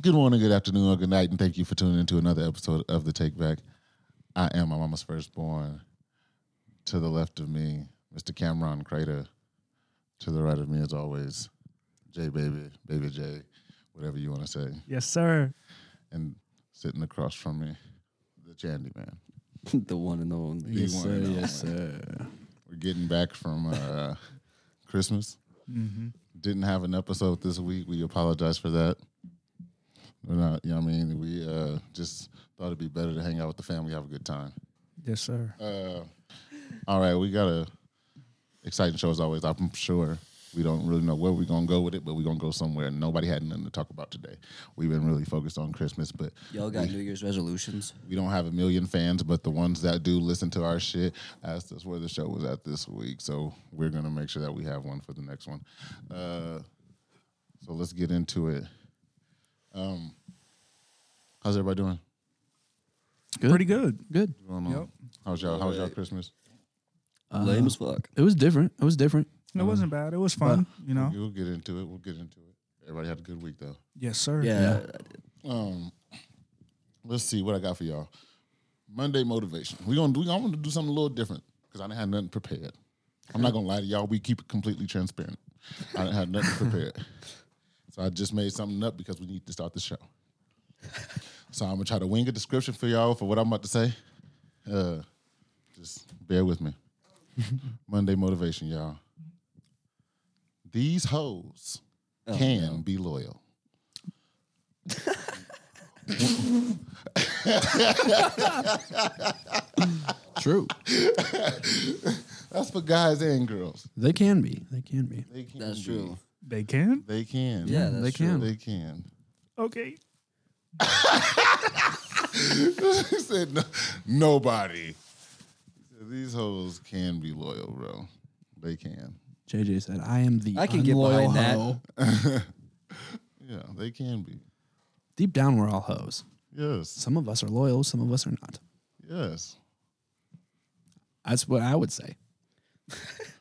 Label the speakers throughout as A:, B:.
A: Good morning, good afternoon, or good night, and thank you for tuning in to another episode of The Take Back. I am my mama's firstborn. To the left of me, Mr. Cameron Crater. To the right of me, as always, J Baby, Baby J, whatever you want to say.
B: Yes, sir.
A: And sitting across from me, the Chandy Man.
C: the one and only.
A: Yes, sir, yes,
C: sir.
A: We're getting back from uh, Christmas. Didn't have an episode this week. We apologize for that. We're not, you know what I mean? We uh, just thought it'd be better to hang out with the family, have a good time.
B: Yes, sir.
A: Uh, all right, we got a exciting show as always. I'm sure we don't really know where we're gonna go with it, but we're gonna go somewhere. Nobody had nothing to talk about today. We've been really focused on Christmas, but
C: Y'all got New Year's resolutions?
A: we don't have a million fans. But the ones that do listen to our shit, that's that's where the show was at this week. So we're gonna make sure that we have one for the next one. Uh, so let's get into it. Um, how's everybody doing?
B: Pretty good.
D: Good.
A: Going on?
B: Yep.
A: How's y'all? How's y'all Christmas?
C: Lame as fuck.
D: It was different. It was different.
B: It wasn't bad. It was fun, you know.
A: We'll get into it. We'll get into it. Everybody had a good week though.
B: Yes, sir.
C: Yeah.
A: Um, let's see what I got for y'all. Monday motivation. We gonna do. I want to do something a little different because I didn't have nothing prepared. I'm not gonna lie to y'all. We keep it completely transparent. I didn't have nothing prepared, so I just made something up because we need to start the show. So I'm gonna try to wing a description for y'all for what I'm about to say. Uh, just bear with me. Monday motivation, y'all. These hoes can be loyal.
D: True.
A: That's for guys and girls.
D: they can be. They can be.
A: They can
C: That's
A: be.
C: true.
B: They can.
A: They can.
C: Yeah, that's
D: they
C: true.
D: can.
A: They can.
B: Okay.
A: he said no, nobody. He said, These hoes can be loyal, bro. They can.
D: JJ said, "I am the
C: I can get behind
D: unloyal
C: that.
D: hoe."
A: Yeah, they can be.
D: Deep down, we're all hoes.
A: Yes.
D: Some of us are loyal. Some of us are not.
A: Yes.
D: That's what I would say.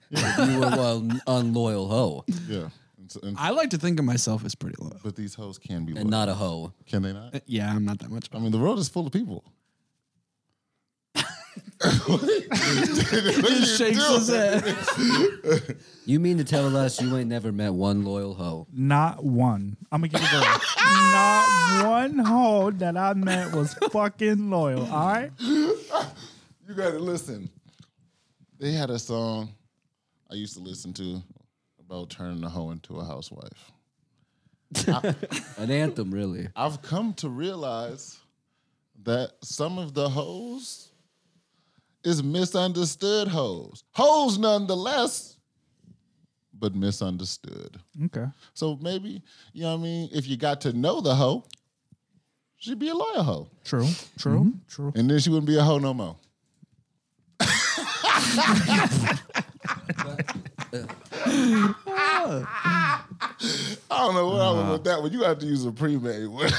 C: you were an unloyal hoe
A: Yeah. And so- and-
D: I like to think of myself as pretty loyal.
A: but these hoes can be loyal.
C: and not Eh. a hoe.
A: can they not?
D: Yeah, I'm not that much.
A: I mean, the world is full of people.
D: He shakes his head.
C: You mean to tell us you ain't never met one loyal hoe?
B: Not one. I'm gonna give it a go. Not one hoe that I met was fucking loyal. All right.
A: You gotta listen. They had a song I used to listen to about turning a hoe into a housewife.
C: An anthem, really.
A: I've come to realize that some of the hoes is misunderstood hoes. Hoes nonetheless, but misunderstood.
B: Okay.
A: So maybe, you know what I mean, if you got to know the hoe, she'd be a loyal hoe.
B: True. True. True.
A: And then she wouldn't be a hoe no more. I don't know what I was with that one. You have to use a pre-made one.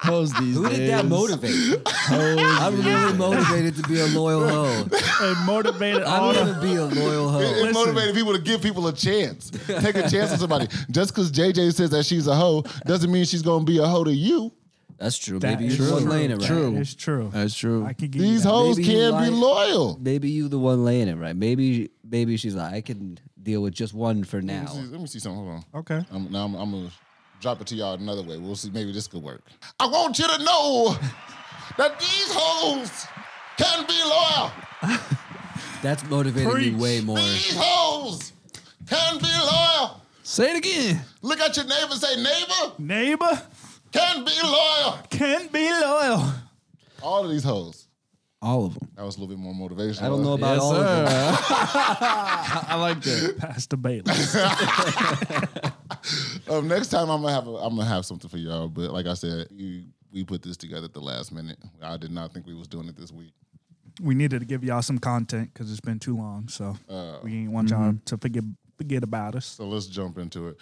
D: Hoes these
C: Who did that
D: days.
C: motivate?
D: Hoes
C: I'm really motivated to be a loyal hoe.
B: It motivated all
C: I'm
B: the.
C: gonna be a loyal hoe.
A: It motivated people to give people a chance. Take a chance on somebody. Just because JJ says that she's a hoe doesn't mean she's gonna be a hoe to you.
C: That's true.
B: That
C: Maybe
B: is
C: you're the one
B: true.
C: laying it right.
D: True.
B: It's true.
D: That's true.
B: I can give
A: These
B: you that.
A: hoes
C: Maybe you
A: can be
C: like-
A: loyal.
C: Maybe you the one laying it right. Maybe maybe she's like, I can deal with just one for
A: Let me,
C: now.
A: see, let me see something. Hold on.
B: Okay.
A: I'm, now I'm, I'm gonna drop it to y'all another way. We'll see. Maybe this could work. I want you to know that these hoes can be loyal.
C: That's motivated
B: Preach.
C: me way more.
A: These hoes can be loyal.
D: Say it again.
A: Look at your neighbor. and Say neighbor
B: Neighbor
A: can be loyal.
B: can be loyal.
A: All of these hoes.
D: All of them.
A: That was a little bit more motivational.
C: I don't know about
D: Yes,
C: all of them.
D: I like that.
B: Pastor Bayless.
A: Um, next time I'm gonna have a, I'm gonna have something for y'all. But like I said, you, we put this together at the last minute. I did not think we was doing it this week.
B: we needed to give y'all some content because it's been too long, so
A: Uh,
B: we ain't want y'all to forget forget about us.
A: So let's jump into it.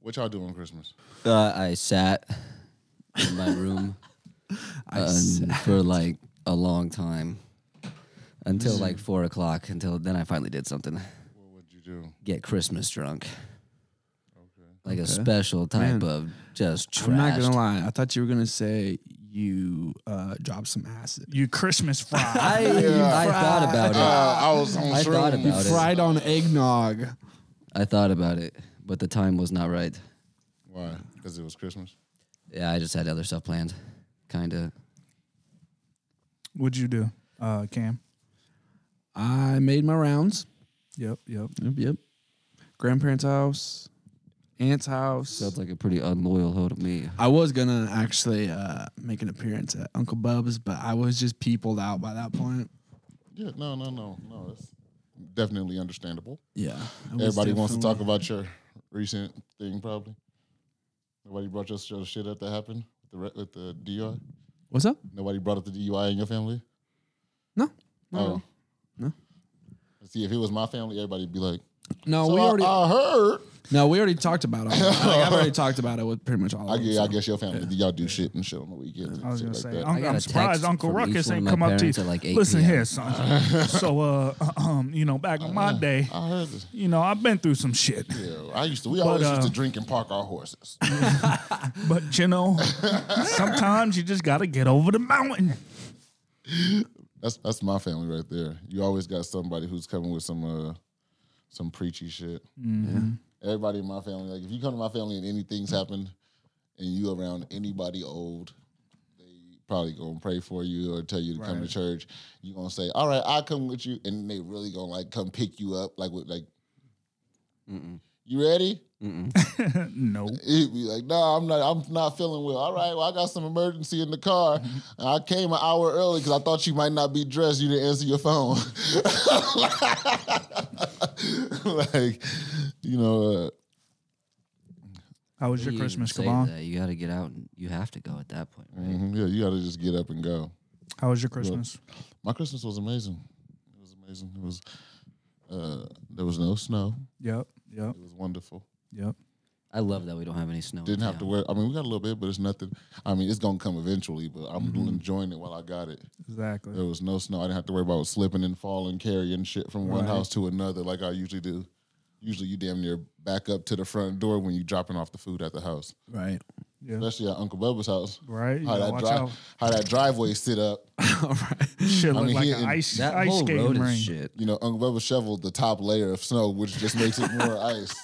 A: What y'all doing Christmas?
C: Uh, I sat in my room um, for like a long time until like
D: Mm-hmm.
C: four o'clock. Until then, I finally did something.
A: What would you do?
C: Get Christmas drunk.
A: Okay.
C: like a
D: Okay.
C: special type
D: Man.
C: of just trash.
D: I'm not gonna lie. I thought you were gonna say you uh, dropped some acid.
B: You Christmas fry.
C: I, I thought about it.
A: Uh, I was on
C: I thought
A: shrooms.
C: about it.
D: Fried on eggnog.
C: I thought about it, but the time was not right.
A: Why? Because it was Christmas.
C: Yeah, I just had other stuff planned, kind of.
B: What'd you do, uh, Cam?
D: I made my rounds.
B: Yep, yep.
D: Yep, yep. Grandparents' house, aunt's house.
C: Sounds like a pretty unloyal hoe to me.
D: I was gonna actually uh, make an appearance at Uncle Bub's, but I was just peopled out by that point.
A: Yeah, no, no, no, no. That's definitely understandable.
D: Yeah,
A: Everybody wants to talk about your recent thing, probably. Nobody brought your your shit up that happened with the re- with the DUI.
D: What's up?
A: Nobody brought up the DUI in your family.
D: No,
A: Oh,
D: No.
A: See, if it was my family, everybody'd be like,
D: no,
A: "So
D: Oh, we
A: I-
D: already
A: I, heard."
D: no, we already taltalked about it. Like, I've already talked about it with pretty much all.
A: I
D: of them,
A: guess, I
D: so.
A: guess your family, y'all do shit and shit on the weekends. and
B: I was
A: shit
B: gonna
A: like
B: say,
A: that.
B: I'm,
C: I got
B: I'm
C: a
B: surprised
C: text
B: Uncle
C: from each
B: Ruckus
C: one of
B: ain't
C: my
B: come up to you.
C: parents at, like, 8
B: Listen
C: PM.
B: here, son. so, uh, um, you know, back in
C: Uh-huh.
B: my day,
A: I heard this.
B: you know, I've been through some shit,
A: Yeah, I used to. We always used
B: uh,
A: to drink and park our horses.
B: but you know, sometimes you just gotta get over the mountain.
A: That's that's my family right there. You always got somebody who's coming with some uh some preachy shit. Everybody in my family, like if you come to my family and anything's happened and you around anybody old, they probably gonna pray for you or tell you to come to church. You gonna say, All right, I come with you and they really gonna like come pick you up like with like You ready?
B: No,
A: He'd be like, "No, I'm not. I'm not feeling well. All right, well, I got some emergency in the car. And I came an hour early because I thought you might not be dressed. You didn't answer your phone. like, you know, uh,
B: how was your
C: You
B: Christmas,
C: say
B: Kavan?
C: that, You got to get out. and You have to go at that point, right?
A: mhm, yeah, you got to just get up and go.
B: How was your Christmas?
A: My Christmas was amazing. It was amazing. It was. Uh, there was no snow.
B: Yep, yep,
A: It was wonderful.
B: yep.
C: I love that we don't have any snow. in
A: Didn't have to
C: town.
A: wear. I mean, we got a little bit, but it's nothing. I mean, it's gonna come eventually. But I'm enjoying it while I got it. There
B: Exactly.
A: was no snow. I didn't have to worry about slipping and falling, carrying shit from one
B: Right.
A: house to another like I usually do. Usually, you damn near back up to the front door when you dropping off the food at the house,
D: right.
B: Yeah.
A: especially at Uncle Bubba's house.
B: Right. You
A: How
B: gotta
A: Oh, that
B: watch
A: drive,
B: out.
A: how that driveway sit up.
D: all right.
B: Shit
A: I
B: looked
A: mean,
B: like
A: he
B: an
A: and-
B: ice
C: That
B: ice
C: whole
B: skating
C: road
B: ring.
C: is shit.
A: You know, Uncle Bubba shoveled the top layer of snow, which just makes it more ice.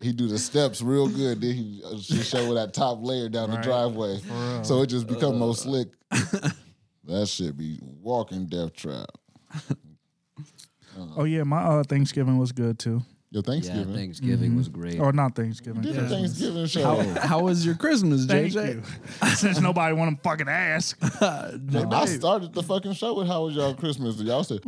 A: He do the steps real good, then he uh, just shovel that top layer down the
B: Right.
A: driveway,
B: real.
A: so it just become more slick. that should be walking death trap.
B: Oh yeah, my uh, Thanksgiving was good too.
A: Your
C: Yeah,
A: Thanksgiving.
C: Thanksgiving was great.
B: Or not Thanksgiving.
A: Did the
B: Christmas.
A: Thanksgiving show.
D: How was your Christmas,
B: Thank
D: JJ?
B: you. Since nobody want to fucking ask.
A: I started the fucking show with how was y'all Christmas? And y'all said,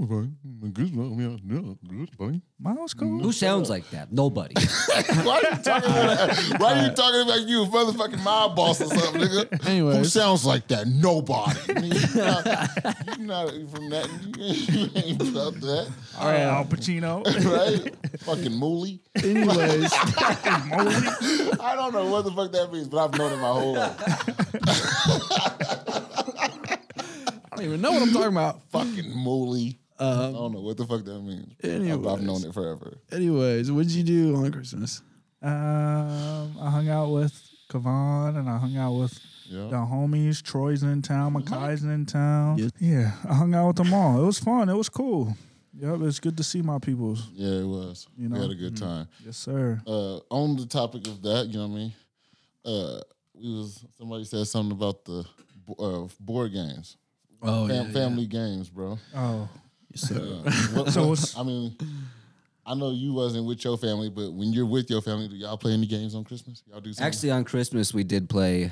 B: Mine was cool.
C: Who sounds like that? Nobody.
A: why are you talking about why are you talking about you a motherfucking mob boss or something, nigga? Who
D: Anyways.
A: sounds like that? Nobody. You're not, you not from that. You ain't about that,
B: All right, Al Pacino.
A: right? fucking Mooley.
D: Anyways,
A: I don't know what the fuck that means, but I've known it my whole life.
D: I don't even know what I'm talking about.
A: Fucking Mooley. I don't know what the fuck that means. I've, I've
D: Um, anyways.
A: known it forever.
D: Anyways, what'd you do on Christmas?
B: Um, I hung out with Kavan and I hung out with
A: Yeah.
B: the homies. Troy's in town. Makai's in town.
D: Yes.
B: Yeah, I hung out with them all. It was fun. It was cool. Yep, it's good to see my peoples.
A: Yeah, it was.
B: You
A: we
B: know?
A: had a
D: Mm.
A: good time.
B: Yes, sir.
A: uh, on the topic of that, you know what I mean? Uh, we was somebody said something about the bo- uh, board games,
D: Oh
A: fam- family games, bro.
B: Oh,
D: So,
A: What-
B: So
A: what-
B: it's-
A: I mean, I know you wasn't with your family, but when you're with your family, do y'all play any games on Christmas? Y'all do something?
C: Actually, on Christmas we did play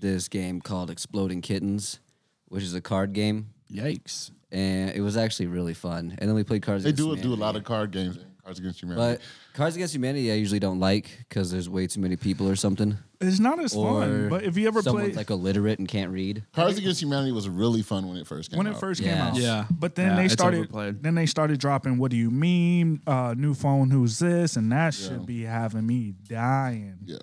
C: this game called Exploding Kittens, which is a card game,
D: yikes.
C: and it was actually really fun. And then we played Cards.
A: they
C: Against
A: do do a
C: Humanity.
A: lot of card games, and Cards Against
C: But
A: Humanity.
C: Cards Against Humanity, I usually don't like because there's way too many people or something.
B: it's not as
C: Or
B: fun. But if you ever
C: someone's
B: play,
C: like illiterate and can't read,
A: Cards Against Humanity was really fun when it first came
B: when
A: out.
B: it first came
C: Yeah.
B: out.
D: Yeah.
B: But then
D: Yeah,
B: they
D: it's
B: started.
D: overplayed.
B: Then they started dropping. What do you mean? Uh, new phone? Who's this? And that should be having me dying.
A: yeah.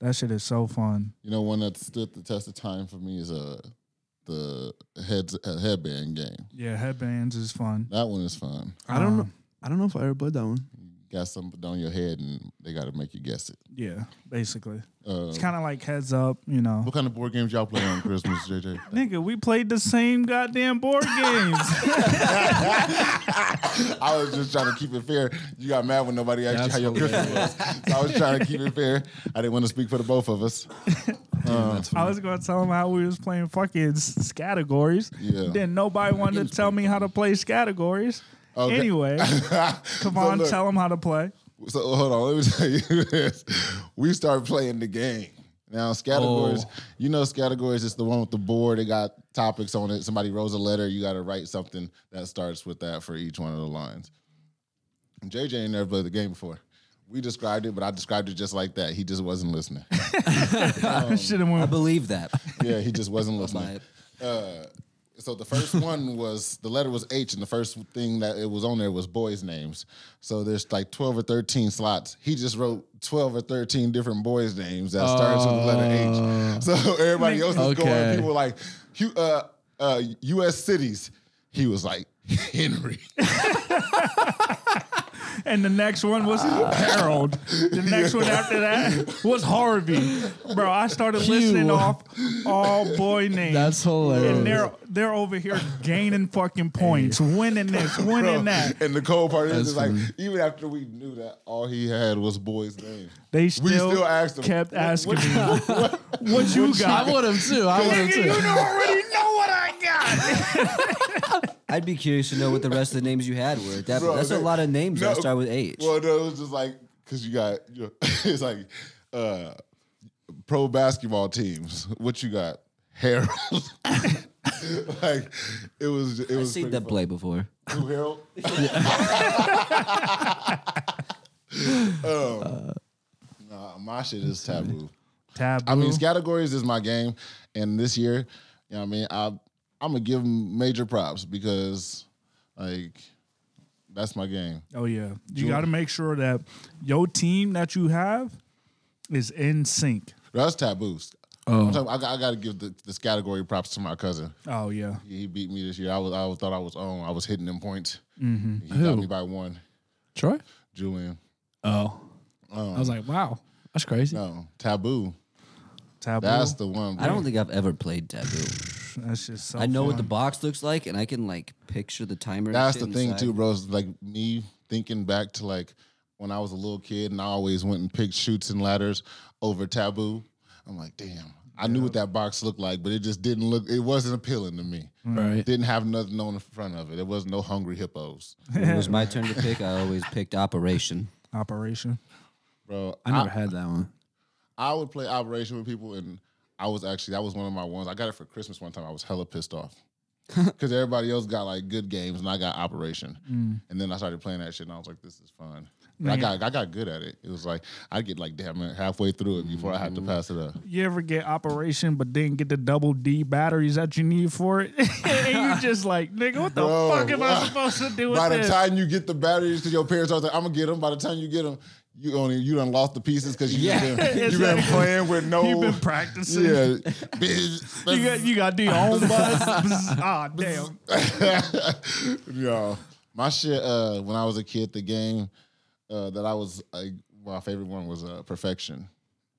B: That shit is so fun.
A: You know, one that stood the test of time for me is uh the heads uh, headband game.
B: Yeah, headbands is fun.
A: That one is fun.
D: Uh. I don't know. I don't know if I ever played that one.
A: got something on your head and they got to make you guess it.
B: Yeah, basically.
A: Uh,
B: It's kind of like heads up, you know.
A: what kind of board games y'all play on Christmas, JJ?
B: Nigga, we played the same goddamn board games.
A: I was just trying to keep it fair. You got mad when nobody asked you how your Christmas was. So I was trying to keep it fair. I didn't want to speak for the both of us.
B: I was gonna tell them how we was playing fucking s- categories.
A: Yeah.
B: Then nobody wanted to tell me how to play categories.
A: Okay.
B: Anyway, come on,
A: look.
B: tell them how to play.
A: So hold on, let me tell you this. We start playing the game. Now categories, you know categories is the one with the board. It got topics on it. Somebody rolls a letter, you gotta write something that starts with that for each one of the lines. JJ ain't never played the game before. We described it, but I described it just like that. He just wasn't listening. Um,
B: Should have went
C: I believe that.
A: yeah, he just wasn't
C: Buy
A: listening.
C: it.
A: Uh, so the first one was the letter was H, and the first thing that it was on there was boys' names. So there's like twelve or thirteen slots. He just wrote twelve or thirteen different boys' names that starts with the letter
B: Oh.
A: H. So everybody else is going.
D: Okay.
A: People were like, "Hu- uh, uh, U.S. cities. He was like Henry.
B: And the next one was
A: Ah.
B: Harold. The next one after that was Harvey. Bro, I started listening off all boy names.
D: That's hilarious.
A: Mm.
B: and they're they're over here gaining fucking points, winning this, winning that.
A: And the cold part is, is like, even after we knew that all he had was boys' names,
B: They
A: we
B: still,
A: still asked him.
B: kept
A: "What-
B: asking
A: what-
B: me,
A: what-
B: "What you
D: I
B: got?"
D: would have too. I would have
B: Nigga,
D: too.
B: you already know what I got.
C: I'd be curious to know what the rest of the names you had were. at That,
A: Bro,
C: that's a
A: they-
C: lot of names that
A: No,
C: start with H.
A: Well, no, it was just like because you got you know, it's like uh pro basketball teams. What you got, Harold? like it was. It
C: I've
A: was
C: seen
A: pretty
C: that play before.
A: fun. Who, Harold. um, nah, my shit is taboo.
B: Taboo.
A: I mean, categories is my game, and this year, you know, what I mean, I I'm gonna give 'em major props because like that's my game.
B: oh yeah, you got to make sure that your team that you have is in sync.
A: That's taboos.
D: Oh.
A: I'm talking- I, got- I got to give the, this category props to my cousin.
B: Oh yeah,
A: He beat me this year. I was I thought I was on. I was hitting them points.
D: Mm-hmm.
A: He got me by one.
D: Troy?
A: Julian.
D: Oh. I was like, wow, that's crazy.
A: No, taboo.
B: taboo.
A: That's the one.
C: I don't think I've ever played Taboo.
B: That's just so
C: I know what the
B: fun.
C: box looks like, and I can like picture the timer. and
A: That's
C: shit
A: the thing
C: inside.
A: too, bro. It's like me thinking back to like when I was a little kid and I always went and picked shoots and ladders over taboo. I'm like, damn. I knew what that box looked like, but it just didn't look. It wasn't appealing to me.
D: Right.
A: Didn't have nothing on the front of it. There was no hungry hippos,
C: When it was my turn to pick. I always picked Operation.
B: operation.
A: bro.
D: I never had that one.
A: I would play Operation with people, and I was actually that was one of my ones. I got it for Christmas one time. I was hella pissed off because everybody else got like good games, and I got Operation. And then I started playing that shit, and I was like, "This is fun." But I got I got good at it. It was like I get like damn near halfway through it before I had to pass it up.
B: You ever get operation but didn't get the double D batteries that you need for it? and you just like, nigga, what the
A: Bro,
B: fuck am
A: wow.
B: I supposed to do with
A: By the
B: this?
A: time you get the batteries, because your parents are like, "I'm gonna get them." By the time you get them, you only you done lost the pieces because you
C: Yeah.
A: have been, you been
B: Exactly.
A: playing with no.
B: You've been practicing.
A: yeah,
B: You got you got the own bus. Ah, damn.
A: Yo, my shit. Uh, when I was a kid, the game uh, that I was like, my favorite one was uh, Perfection.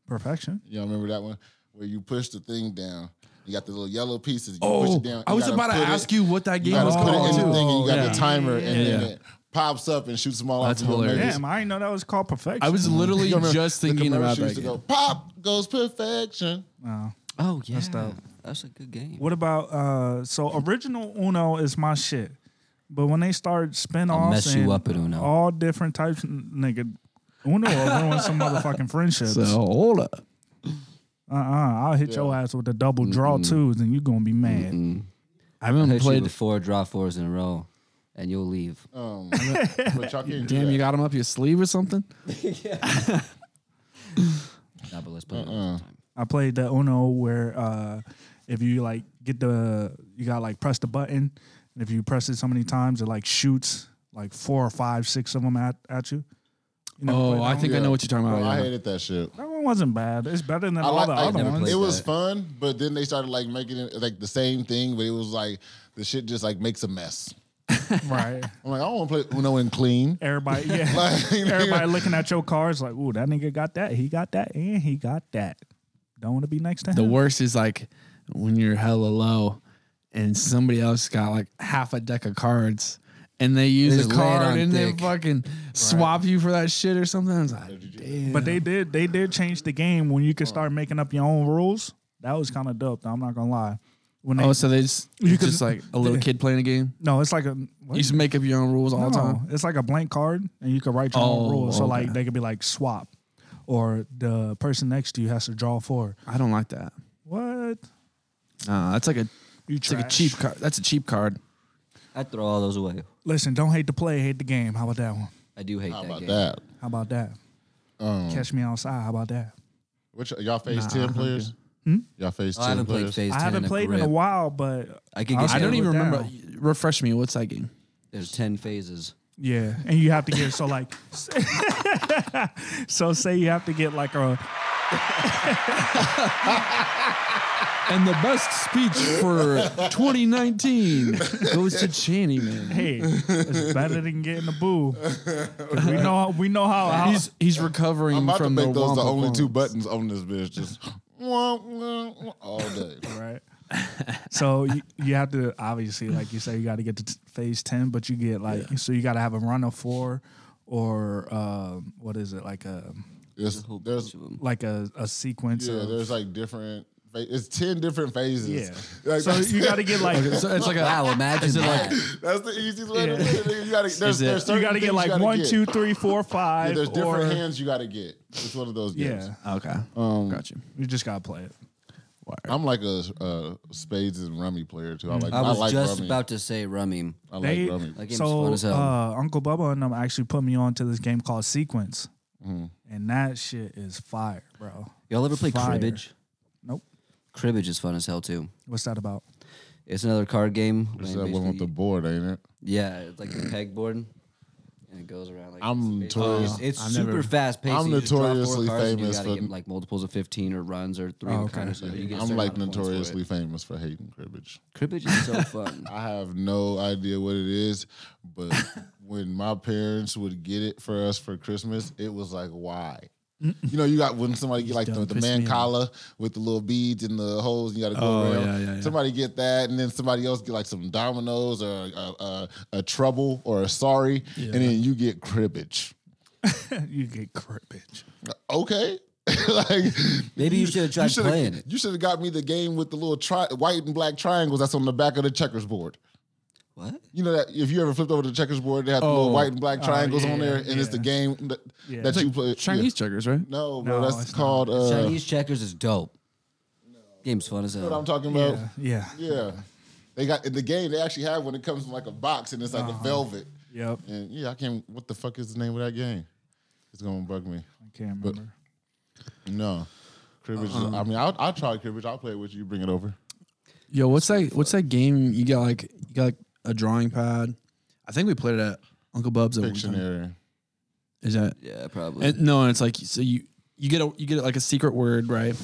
B: Perfection.
A: Y'all remember that one where you push the thing down? You got the little yellow pieces. You push
D: Oh,
A: it down.
D: I was about to ask you what that
A: You
D: game
A: gotta
D: was
B: Oh,
A: put it
D: called
A: in the
D: too.
A: thing, and you got the
B: yeah.
A: timer, and
B: Yeah,
A: then
D: yeah.
A: it pops up and shoots them all
D: That's
A: off. the little
D: hilarious.
A: maze.
B: Damn, I didn't know that was called perfection.
D: I was literally
A: You remember
D: just
A: the
D: thinking
A: commercial
D: about
A: used
D: that.
A: to
D: Game.
A: go, Pop goes perfection.
B: Oh.
C: Oh yeah, that's,
B: dope.
C: a good game.
B: What about uh so original Uno is my shit. But when they start spin
C: I'll
B: offs
C: mess you
B: and
C: up at Uno.
B: all different types nigga Uno will ruin some motherfucking friendships.
D: So hold up.
B: Uh uh-uh, uh, i will hit your ass with a double draw twos and you're gonna be mad.
D: I
C: I
D: haven't
C: hit you
D: played.
C: with four draw fours in a row, and you'll leave.
A: Um, but y'all can't do
D: Damn,
A: that.
D: you got him up your sleeve or something?
C: Nah, but let's play it
A: Uh-uh.
C: next time.
B: I played the Uno where uh, if you like get the you got like press the button, and if you press it so many times, it like shoots like four or five, six of them at, at you. you never played
D: Oh,
B: that
D: I
B: one?
D: think I
A: Yeah.
D: know what you're talking
A: Bro,
D: about.
A: I
D: yeah.
A: hated that shit.
B: that one wasn't bad. It's better than
A: I
B: all
A: like,
B: the
A: I
B: other
A: never
B: ones.
A: played it was
C: that.
A: fun, but then they started like making it like the same thing, but it was like the shit just like makes a mess.
B: right?
A: I'm like, I don't want to play Uno and clean.
B: Everybody, yeah.
A: Like,
B: Everybody looking at your cars like, ooh, that nigga got that. He got that, and he got that. Don't want to be next to him.
D: The worst is like when you're hella low and somebody else got like half a deck of cards and they use
C: just
D: a
C: lay it
D: card
C: on
D: and they
C: thick.
D: fucking swap you for that shit or something. I was like, damn.
B: But they did they did change the game when you could
A: Oh.
B: start making up your own rules. That was kind of dope. though, I'm not gonna lie. When they,
D: oh, so they just
B: You
D: you
B: could-
D: just like a little kid playing a game.
B: no, it's like a what?
D: You just make up your own rules all the
B: No,
D: time.
B: It's like a blank card, and you can write your own
D: Uh-huh. Oh,
B: rules. So like
D: okay.
B: they could be like swap, or the person next to you has to draw four.
D: I don't like that.
B: What?
D: Uh, that's like a
B: You
D: it's like a
B: trash.
D: cheap card. That's a cheap card.
C: I throw all those away.
B: Listen, don't hate the play, hate the game. How about that one?
C: I do hate
A: How
C: that
A: about
C: game.
A: that?
B: How about that?
A: Um,
B: Catch me outside. How about that?
A: Which y'all face
D: Nah, I
A: ten
D: don't
A: players?
B: Hmm?
A: Y'all face
C: Oh, I
A: ten
C: haven't played
A: players.
C: Phase
B: I
C: 10
B: haven't
C: in a
B: played in a
C: grip.
B: while, but
C: I could get
D: I don't
C: you-
D: even
B: down.
D: remember. Refresh me. What's that game?
C: There's 10 phases.
B: Yeah, and you have to get so like, so say you have to get like a
D: And the best speech for 2019 goes to Channy Man.
B: hey, it's better than getting a boo. 'Cause We know we know how. how
D: He's he's recovering
A: I'm about to
D: from
A: make
D: the
A: those the
D: Wampa
A: only two
D: Wampas.
A: buttons on this bitch. Just wah, wah, wah, all day.
B: right. So you, you have to obviously, like you say, you got to get to t- phase ten, but you get like so you got to have a run of four, or um, what is it like a
A: It's,
C: Whole
A: there's
C: bunch of 'em.
B: like a, a sequence?
A: yeah,
B: of,
A: there's like different. pha- It's ten different phases.
B: yeah.
A: Like,
B: so
A: that's,
B: you got to get like
D: So it's like a
C: Wow, imagine that.
A: that's the easiest way
B: Yeah.
A: to do it. You gotta, there's,
D: it-
A: there's
B: you
A: certain
B: got to
A: things
B: get like
A: gotta
B: one,
A: get.
B: two, three, four, five.
A: Yeah, there's
B: or,
A: different hands you got to get. It's one of those games.
B: Yeah, uh,
D: okay.
A: Um,
D: Gotcha.
B: you just got to play it.
D: Word.
A: I'm like a uh, spades and rummy player too. I
D: Mm.
A: like. I,
C: I was
A: like
C: just
A: rummy.
C: about to say rummy.
A: I like
B: They-
A: rummy.
C: That game's fun
B: So
C: as hell.
B: uh, Uncle Bubba and them actually put me on to this game called Sequence, and that shit is fire, bro.
C: Y'all ever play
B: fire.
C: cribbage?
B: Nope.
C: Cribbage is fun as hell too.
B: What's that about?
C: It's another card game. where
A: It's
C: you
A: that one with the
C: basically-
A: board, ain't it?
C: yeah, it's like the pegboard, and it goes around like.
A: I'm
C: this, basically.
A: notorious-
C: It's- It's
D: I've
C: super
D: never-
C: fast paced.
A: I'm
C: You just draw four
A: notoriously
C: cards and
A: famous
C: You
A: for-
C: gotta get like multiples of fifteen or runs or three.
B: Oh,
C: of a kind
B: okay.
C: of stuff. You get a
A: I'm
C: certain
A: like
C: amount of points for it.
A: notoriously famous for hating cribbage.
C: Cribbage is so fun.
A: I have no idea what it is, but when my parents would get it for us for Christmas, it was like, why? You know, you got when somebody get like the,
D: don't
A: the
D: piss
A: man
D: me off.
A: collar with the little beads and the holes, and you got to go
D: Oh,
A: around.
D: yeah, yeah, yeah.
A: Somebody get that, and then somebody else get like some dominoes or a, a, a trouble or a sorry, and then you get cribbage.
B: you get cribbage.
A: Okay. like
C: Maybe you should have tried
A: shoulda-
C: playing it.
A: You should have got me the game with the little tri- white and black triangles that's on the back of the checkers board.
C: What?
A: You know that if you ever flipped over the checkers board, they have the
D: Oh.
A: little white and black
B: Oh,
A: triangles on
B: yeah,
A: there, and it's the
B: yeah.
A: game that,
B: Yeah.
A: that
B: It's
A: you play.
D: Chinese checkers, right?
A: Yeah. No, bro,
B: No,
A: that's
B: it's not.
A: called. Uh,
C: Chinese checkers is dope. Game's fun as
A: You know what I'm
C: hell.
A: talking about?
B: Yeah, yeah.
A: Yeah. They got in the game. They actually have one. It comes from like a box, and it's like
B: Uh-huh.
A: a velvet.
B: Yep.
A: And yeah, I can't. What the fuck is the name of that game? It's gonna bug me.
B: I can't remember.
A: No, cribbage. is-
B: Uh-huh.
A: I mean, I'll, I'll try cribbage. I'll play it with you. Bring it over.
D: Yo, what's that? What's that game? You got like you got like a drawing pad. I think we played it at Uncle Bub's. at one time.
A: Pictionary.
D: Is that?
C: Yeah, probably.
D: And, no, and it's like so you you get a you get like a secret word, right?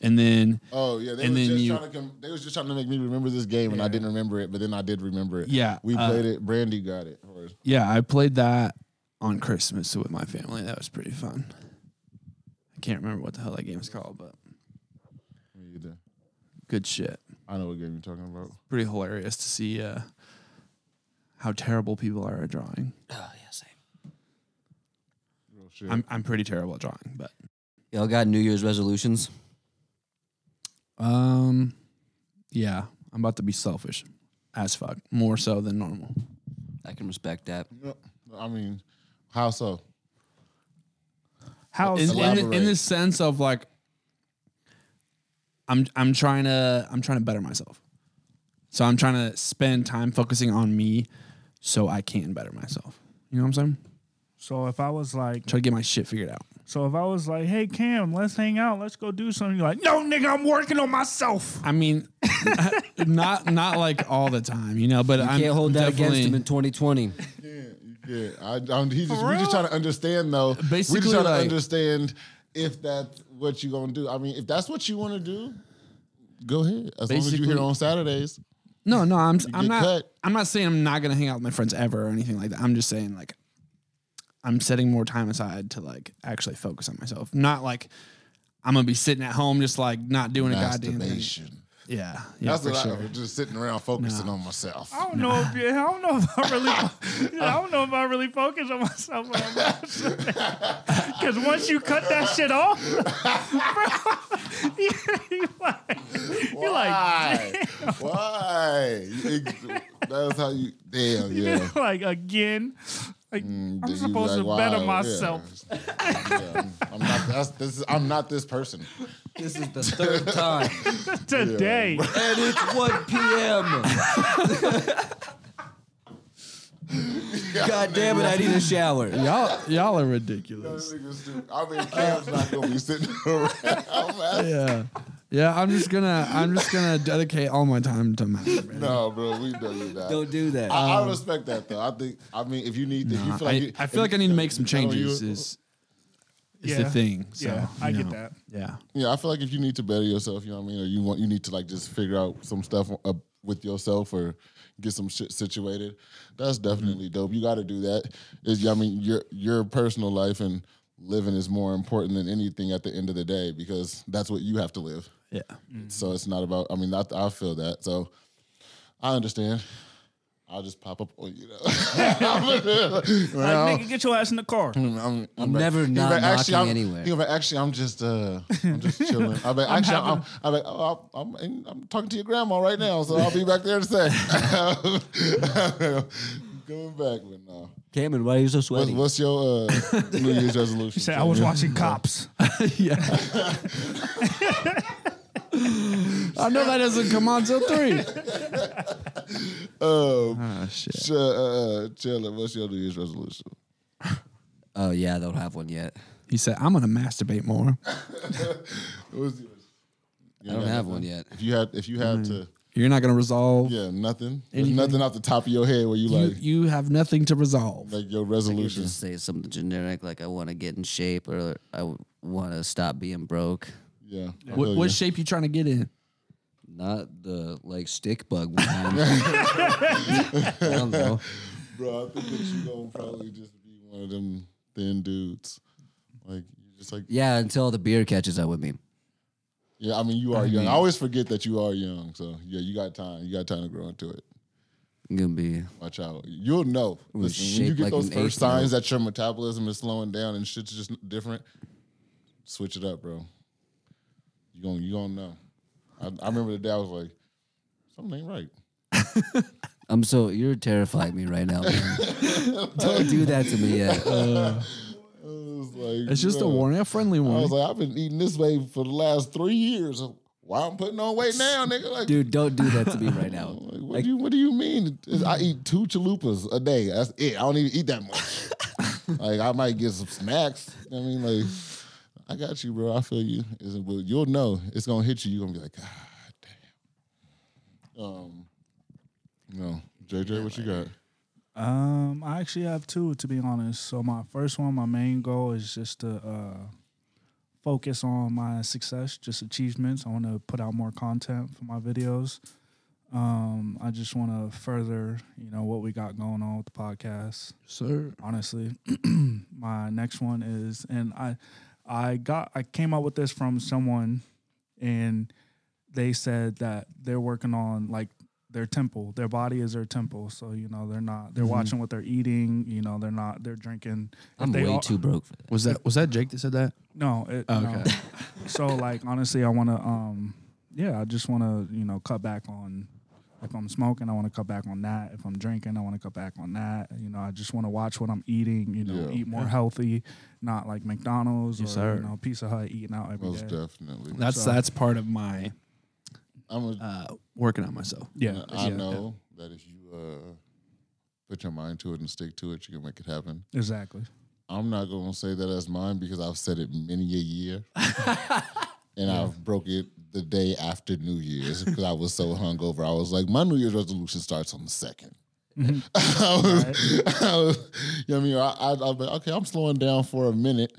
D: And then
A: Oh yeah, they
D: And
A: was
D: then
A: just
D: you-
A: trying to com- they was just trying to make me remember this game, and I didn't remember it, but then I did remember it.
D: Yeah,
A: we
D: uh,
A: played it. Brandy got it. Or-
D: yeah, I played that on Christmas with my family. That was pretty fun. I can't remember what the hell that game was called, but
A: Me either.
D: good shit.
A: I know what game you're talking about.
D: Pretty hilarious to see uh, how terrible people are at drawing.
C: oh yeah, same.
A: Real shit.
D: I'm I'm pretty terrible at drawing, but
C: Y'all got New Year's resolutions?
D: Um, yeah, I'm about to be selfish as fuck, more so than normal.
C: I can respect that.
A: Yep. I mean, how so?
B: How
D: In, in, the- in the
A: Elaborate.
D: sense of like, I'm I'm trying to I'm trying to better myself, so I'm trying to spend time focusing on me, so I can better myself. You know what I'm saying?
B: so if I was like,
D: Try to get my shit figured out.
B: so if I was like, hey Cam, let's hang out, let's go do something. You're like, no, nigga, I'm working on myself.
D: I mean, not not like all the time, you know. But
C: You
D: I'm
C: can't hold that against
D: definitely-
C: him in 2020.
A: Yeah, yeah. I, I'm, he just, we
B: real?
A: just trying to understand though. we
D: Basically,
A: just trying to
D: like-
A: understand if that's what you're gonna do. I mean, if that's what you want to do, go ahead. As long as you're
D: Basically-
A: here on Saturdays.
D: No, no, I'm I'm
A: get
D: not
A: cut.
D: I'm not saying I'm not gonna hang out with my friends ever or anything like that. I'm just saying like I'm setting more time aside to like actually focus on myself. Not like I'm gonna be sitting at home just like not doing a goddamn thing.
A: Masturbation.
D: Yeah, yeah,
A: That's
D: for
A: what I
D: sure.
A: was just sitting around focusing on myself.
B: I don't know. If, yeah, I don't know if I really. yeah, I don't know if I really focus on myself when I'm Because once you cut that shit off, bro, you, you like, you like,
A: Why? Why? It- That's how you. Damn,
B: you
A: yeah.
B: like again. Like
A: Then
B: I'm
A: you
B: supposed
A: like,
B: to better
A: wow, yeah.
B: myself.
A: Yeah, I'm not. That's, this is, I'm not this person.
C: This is the third time,
B: today.
C: and it's 1 p.m. God damn it! I need a shower.
D: Y'all, y'all are ridiculous.
A: This nigga's stupid. I mean, Cam's not gonna be sitting around. I'm
D: Yeah, yeah. I'm just gonna I'm just gonna dedicate all my time to
A: asking-
D: masturbating.
A: no, bro, we know you not.
C: Don't do that.
A: I, I respect that though. I think. I mean, if you need, if you feel
D: Um, Uh, I,
A: like, you,
D: I feel
A: if
D: like I need to
A: you-
D: make some
A: I don't know, you-
D: changes. Is is
B: Yeah.
D: the thing. So,
B: Yeah, I
D: you
B: get
D: know,
B: that.
D: Yeah.
A: Yeah, I feel like if you need to better yourself, you know what I mean, or you want you need to like just figure out some stuff up with yourself or get some shit situated. That's definitely dope. You got to do that. Is I mean your your personal life and living is more important than anything at the end of the day because that's what you have to live.
D: Yeah.
A: So it's not about. I mean, I, I feel that. So I understand. I'll just pop up on you. Know?
B: Like, nigga, get your ass in the car.
D: Mm.
A: I'm, I'm,
C: never
A: he's
C: not knocking
A: I'm,
C: anywhere.
A: he's like, actually, I'm just, uh, I'm just chilling. I'm like, actually, I'm, I'm, like, oh, I'm, I'm, I'm talking to your grandma right now, so I'll be back there in a sec. Going back, but no.
C: Cameron, why are you so
A: What's,
C: sweaty?
A: what's your uh, New Year's resolution?
B: Say, I was watching Cops.
D: yeah. I know that doesn't come on till three.
A: Um,
D: Oh shit.
A: ch- uh, uh, chilling. What's your New Year's resolution?
C: Oh yeah, I don't have one yet.
D: He said, "I'm gonna masturbate more."
A: What's yours? You
C: I don't
A: got
C: have Mm-hmm.
A: nothing?
C: one yet.
A: If you had, if you had to,
D: You're not gonna resolve.
A: yeah, nothing. There's
D: Anything.
A: nothing off the top of your head where you
D: You,
A: like,
D: you have nothing to resolve.
A: like your
C: You
A: resolution.
C: just say something generic like I want to get in shape or I want to stop being broke.
A: Yeah. I
D: What,
A: feel
D: what
A: you.
D: shape you trying to get in?
C: Not the like stick bug one. I don't know.
A: Bro, I think that you gonna probably just be one of them thin dudes. Like you just like
C: Yeah, until the beer catches up with me.
A: yeah. I mean, you are young. I always forget that you are young. So yeah, you got time. You got time to grow into it.
C: I'm gonna be
A: Watch out. You'll know. Listen, when
C: was
A: you
C: shaped
A: get
C: like
A: those
C: an
A: first
C: eighth note.
A: signs that your metabolism is slowing down and shit's just different. Switch it up, bro. You gonna you gonna know. I, I remember the day I was like, something ain't right.
C: I'm so you're terrifying me right now. man. Don't do that to me yet.
A: It was like,
D: It's just a
A: bro.
D: warning, a friendly
A: I was
D: warning.
A: like, I've been eating this way for the last three years. Why I'm putting on weight now, nigga? Like,
C: Dude, don't do that to me right now.
A: Like, what, do you, what do you mean? It's- I eat two chalupas a day. That's it. I don't even eat that much. like I might get some snacks. I mean, like I got you, bro. I feel you. It's, but you'll know it's gonna hit you. You're gonna be like, God damn. Um, no, JJ, what you got?
B: Um, I actually have two to be honest. So my first one, my main goal is just to uh, focus on my success, just achievements. I want to put out more content for my videos. Um, I just want to further, you know, what we got going on with the podcast.
D: Sir,
B: Honestly, my next one is, and I, I got, I came up with this from someone, and they said that they're working on like their temple. Their body is their temple. So, you know, they're not, they're watching what they're eating. You know, they're not, they're drinking. If
C: Mm-hmm. I'm
B: they
C: way
B: are-
C: too broke for that.
D: was that was that Jake that said that?
B: No. It, no.
D: Okay.
B: so, like, honestly, I want to, um, yeah, I just want to, you know, cut back on. If I'm smoking, I want to cut back on that. If I'm drinking, I want to cut back on that. You know, I just want to watch what I'm eating. You know,
A: Yeah.
B: eat more healthy, not like McDonald's
D: Yes,
B: or
D: sir.
B: you know Pizza Hut eating out every day.
A: Most definitely.
D: That's
B: So-
D: that's part of my
A: I'm a,
D: uh, working on myself.
B: Yeah,
A: I
B: yeah,
A: know that if you uh, put your mind to it and stick to it, you can make it happen.
B: exactly.
A: I'm not gonna say that as mine because I've said it many a year, and I've broke it the day after New Year's because I was so hungover. I was like, my New Year's resolution starts on the 2nd I was, I was- you know what I mean? I, I, I was like, okay, I'm slowing down for a minute,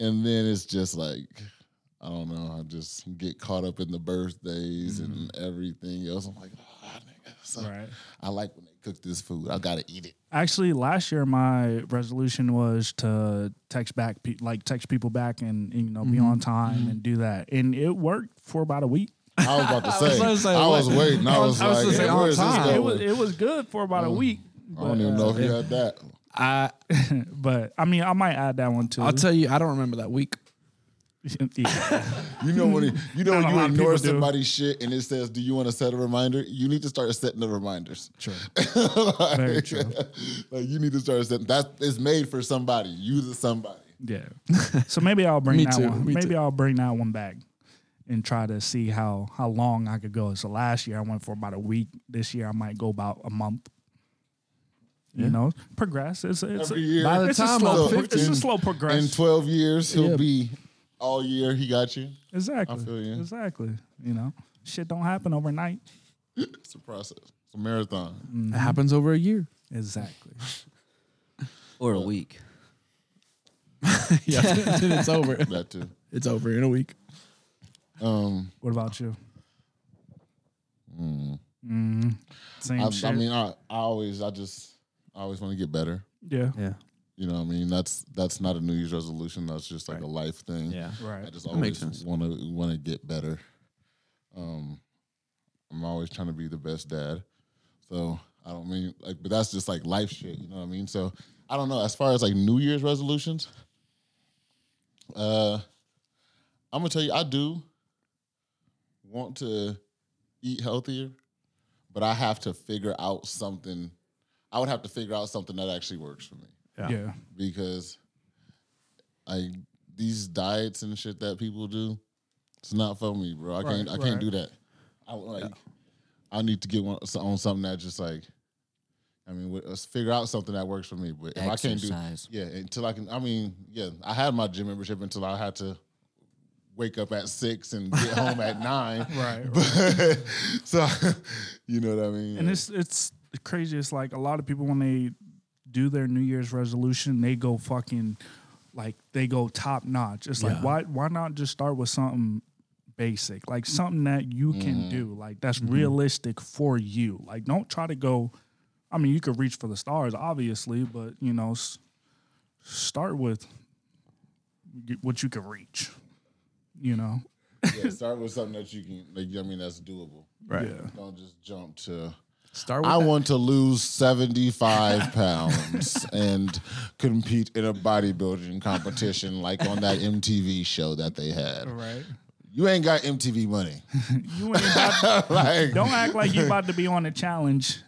A: and then it's just like. I don't know. I just get caught up in the birthdays and everything else. I'm like, ah, nigga. So
B: Right.
A: I like when they cook this food. I gotta eat it.
B: Actually, last year my resolution was to text back, pe- like text people back, and you know, be
D: Mm-hmm.
B: on time and do that, and it worked for about a week.
A: I was about to say. I
D: gonna
A: was,
D: say, what-
A: waiting. I was,
D: I was
A: like,
D: gonna say
A: hey,
D: on
A: where is this
D: time.
A: going? Oh.
B: It was it was good for about a week,
A: I don't even know if you had that.
D: I
B: but I mean, I might add that one too.
D: I'll tell you, I don't remember that week.
B: Yeah.
A: You know when you, you know
B: Not
A: when
B: a
A: you
B: lot
A: ignore
B: of people do.
A: somebody's shit and it says, "Do you want to set a reminder?" You need to start setting the reminders.
B: True.
A: like,
B: Very true.
A: Like you need to start setting. That is made for somebody. You the somebody.
B: Yeah. So maybe I'll bring
D: Me
B: that
D: too,
B: one.
D: me
B: Maybe
D: too.
B: I'll bring that one back and try to see how how long I could go. So last year I went for about a week. This year I might go about a month. You know, progress. It's it's
A: Every year.
D: By the
B: it's a
D: time
B: slow,
D: I'm
B: pro- it's a
A: 15
B: slow
A: In
B: progress.
A: twelve years, he'll
D: Yeah.
A: be all year. He got you.
B: exactly.
A: I feel you.
B: Exactly. You know, shit don't happen overnight.
A: It's a process. It's a marathon.
D: It happens over a year.
B: Exactly.
C: or a week.
D: yeah, then it's over.
A: That too.
D: It's over in a week.
A: Um,
B: What about you? Mm. Same
A: I,
B: shit.
A: I mean, I, I always, I just, I always want to get better.
B: yeah.
C: Yeah.
A: You know, what I mean, that's that's not a New Year's resolution. That's just like a life thing. I
B: Right.
A: just
D: makes
A: always
D: sense.
A: want to want to get better. Um, I'm always trying to be the best dad. So I don't mean like, but that's just like life shit. You know what I mean? So I don't know. As far as like New Year's resolutions, uh, I'm gonna tell you, I do want to eat healthier, but I have to figure out something. I would have to figure out something that actually works for me
B: Yeah.
A: because I these diets and shit that people do, it's not for me, bro. I can't I
B: Right,
A: can't
B: right.
A: do that. I like I need to get one, on something that just like I mean, wh- let's figure out something that works for me. But if I can't
C: Exercise.
A: do yeah, until I can I mean, yeah, I had my gym membership until I had to wake up at six and get home at nine.
B: Right.
A: But so you know what I mean?
B: And it's it's crazy. It's like a lot of people when they do their New Year's resolution, they go fucking like they go top notch. It's like
D: Yeah.
B: why why not just start with something basic, like something that you can do, like that's realistic for you. Like don't try to go. I mean, you could reach for the stars, obviously, but you know, s- start with what you can reach. You know,
A: yeah, start with something that you can like I mean that's doable.
D: Right.
B: Yeah.
A: Don't just jump to
D: Start with
A: I
D: that.
A: want to lose 75 pounds and compete in a bodybuilding competition like on that MTV show that they had.
B: right?
A: You ain't got MTV money.
B: You ain't about to-
A: like, uh,
B: Don't act like you're about to be on a challenge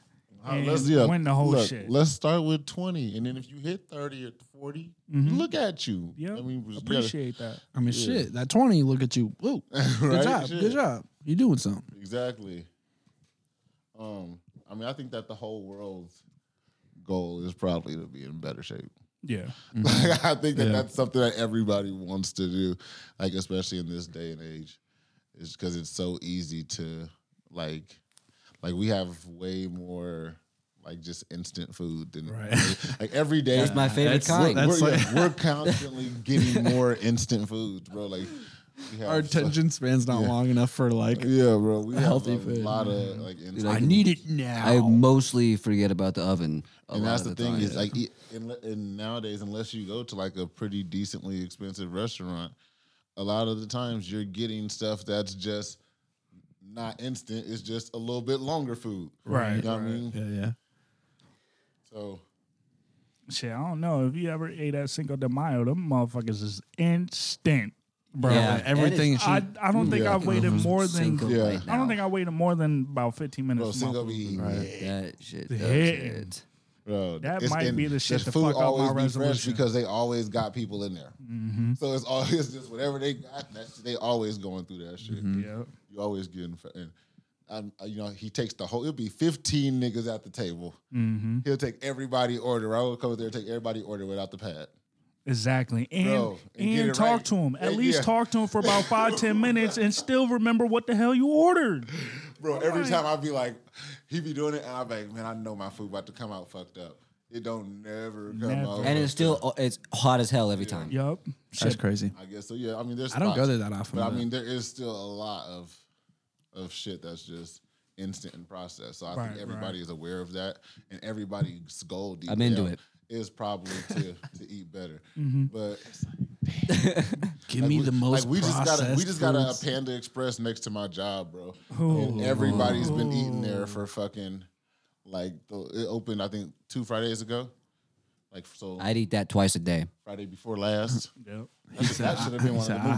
B: and
A: let's yeah,
B: win the whole
A: look,
B: shit.
A: Let's start with 20. And then if you hit 30 or 40,
B: Mm-hmm.
A: look at you.
B: yeah,
A: I mean, just gotta-
B: appreciate that.
D: I mean, shit. That twenty. Look at you. Whoa.
A: Right?
D: Good job.
A: Shit.
D: Good job. You doing something?
A: Exactly. Um, I mean, I think that the whole world's goal is probably to be in better shape.
B: Yeah,
A: Like, I think that
D: Mm-hmm. Yeah.
A: that's something that everybody wants to do, like especially in this day and age, is because it's so easy to like, like we have way more like just instant food than like, every day.
C: That's my favorite
D: that's-
C: kind.
D: that's-
A: we're, yeah, we're constantly getting more instant food, bro. Like we have
D: Our
A: so-
D: attention span's not long enough for like.
A: yeah, bro. We have
D: Healthy
A: a
D: food.
A: lot of like instant.
C: I
D: I
A: food.
D: need it now.
C: I mostly forget about the oven. A
A: and
C: lot
A: that's
C: of
A: the, thing
C: time.
A: is like e- unle- and nowadays unless you go to like a pretty decently expensive restaurant a lot of the times you're getting stuff that's just not instant it's just a little bit longer food
B: Right,
A: you know what
B: right.
A: i mean
D: yeah, yeah.
A: so
B: shit. I don't know if you ever ate at Cinco de Mayo. Them mototfuckers is instant, bro.
C: Yeah.
D: Like, everything
C: That
D: she.
B: I I don't think
A: Yeah.
B: I waited more than
C: Cinco
A: Yeah.
C: right
B: I don't
C: now.
B: think I waited more than about fifteen minutes.
A: bro
B: for my
A: single
B: food.
A: be eating,
C: That shit.
B: The
C: does
B: hitting.
C: it.
A: bro,
B: That
A: it's-
B: might
A: and
B: be the shit to
A: food
B: fuck up my
A: always be fresh
B: resolution. Mm-hmm.
A: because they always got people in there so it's always just whatever they got that's, they always going through that shit
C: Mm-hmm.
B: Yeah.
A: You always getting fat. And, um, you know, he takes the whole. It'll be fifteen niggas at the table. He'll take everybody order. I will come up there and take everybody order without the pad.
B: Exactly, and
A: Bro, and
B: and,
A: get it
B: talk
A: right.
B: to him. At
A: Yeah,
B: least
A: yeah.
B: talk to him for about five ten minutes, and still remember what the hell you ordered.
A: Bro, every time I be like, he be doing it, and I'm like, man, I know my food about to come out fucked up. It don't never come
B: Never.
A: out.
C: And it's still it's hot as hell every time.
B: Yup.
D: That's crazy.
A: I guess so. Yeah, I mean, there's.
D: I don't
A: spots,
D: go there that often,
A: but I
D: but-
A: mean, there is still a lot of, of shit that's just instant and processed. So I
B: Right,
A: think everybody
B: right.
A: is aware of that, and everybody's goal detail
C: I'm into it.
A: is probably to to eat better. But
D: Give
A: like
D: me
A: we-
D: the most.
A: like we just got a, we just got a
D: processed foods.
A: Panda Express next to my job, bro. And everybody's been eating there for fucking like the, it opened I think two Fridays ago. Like so
C: I'd eat that twice a day.
A: Friday before last.
B: Yep.
A: That's- that should have been
D: He
A: one
D: said,
A: of the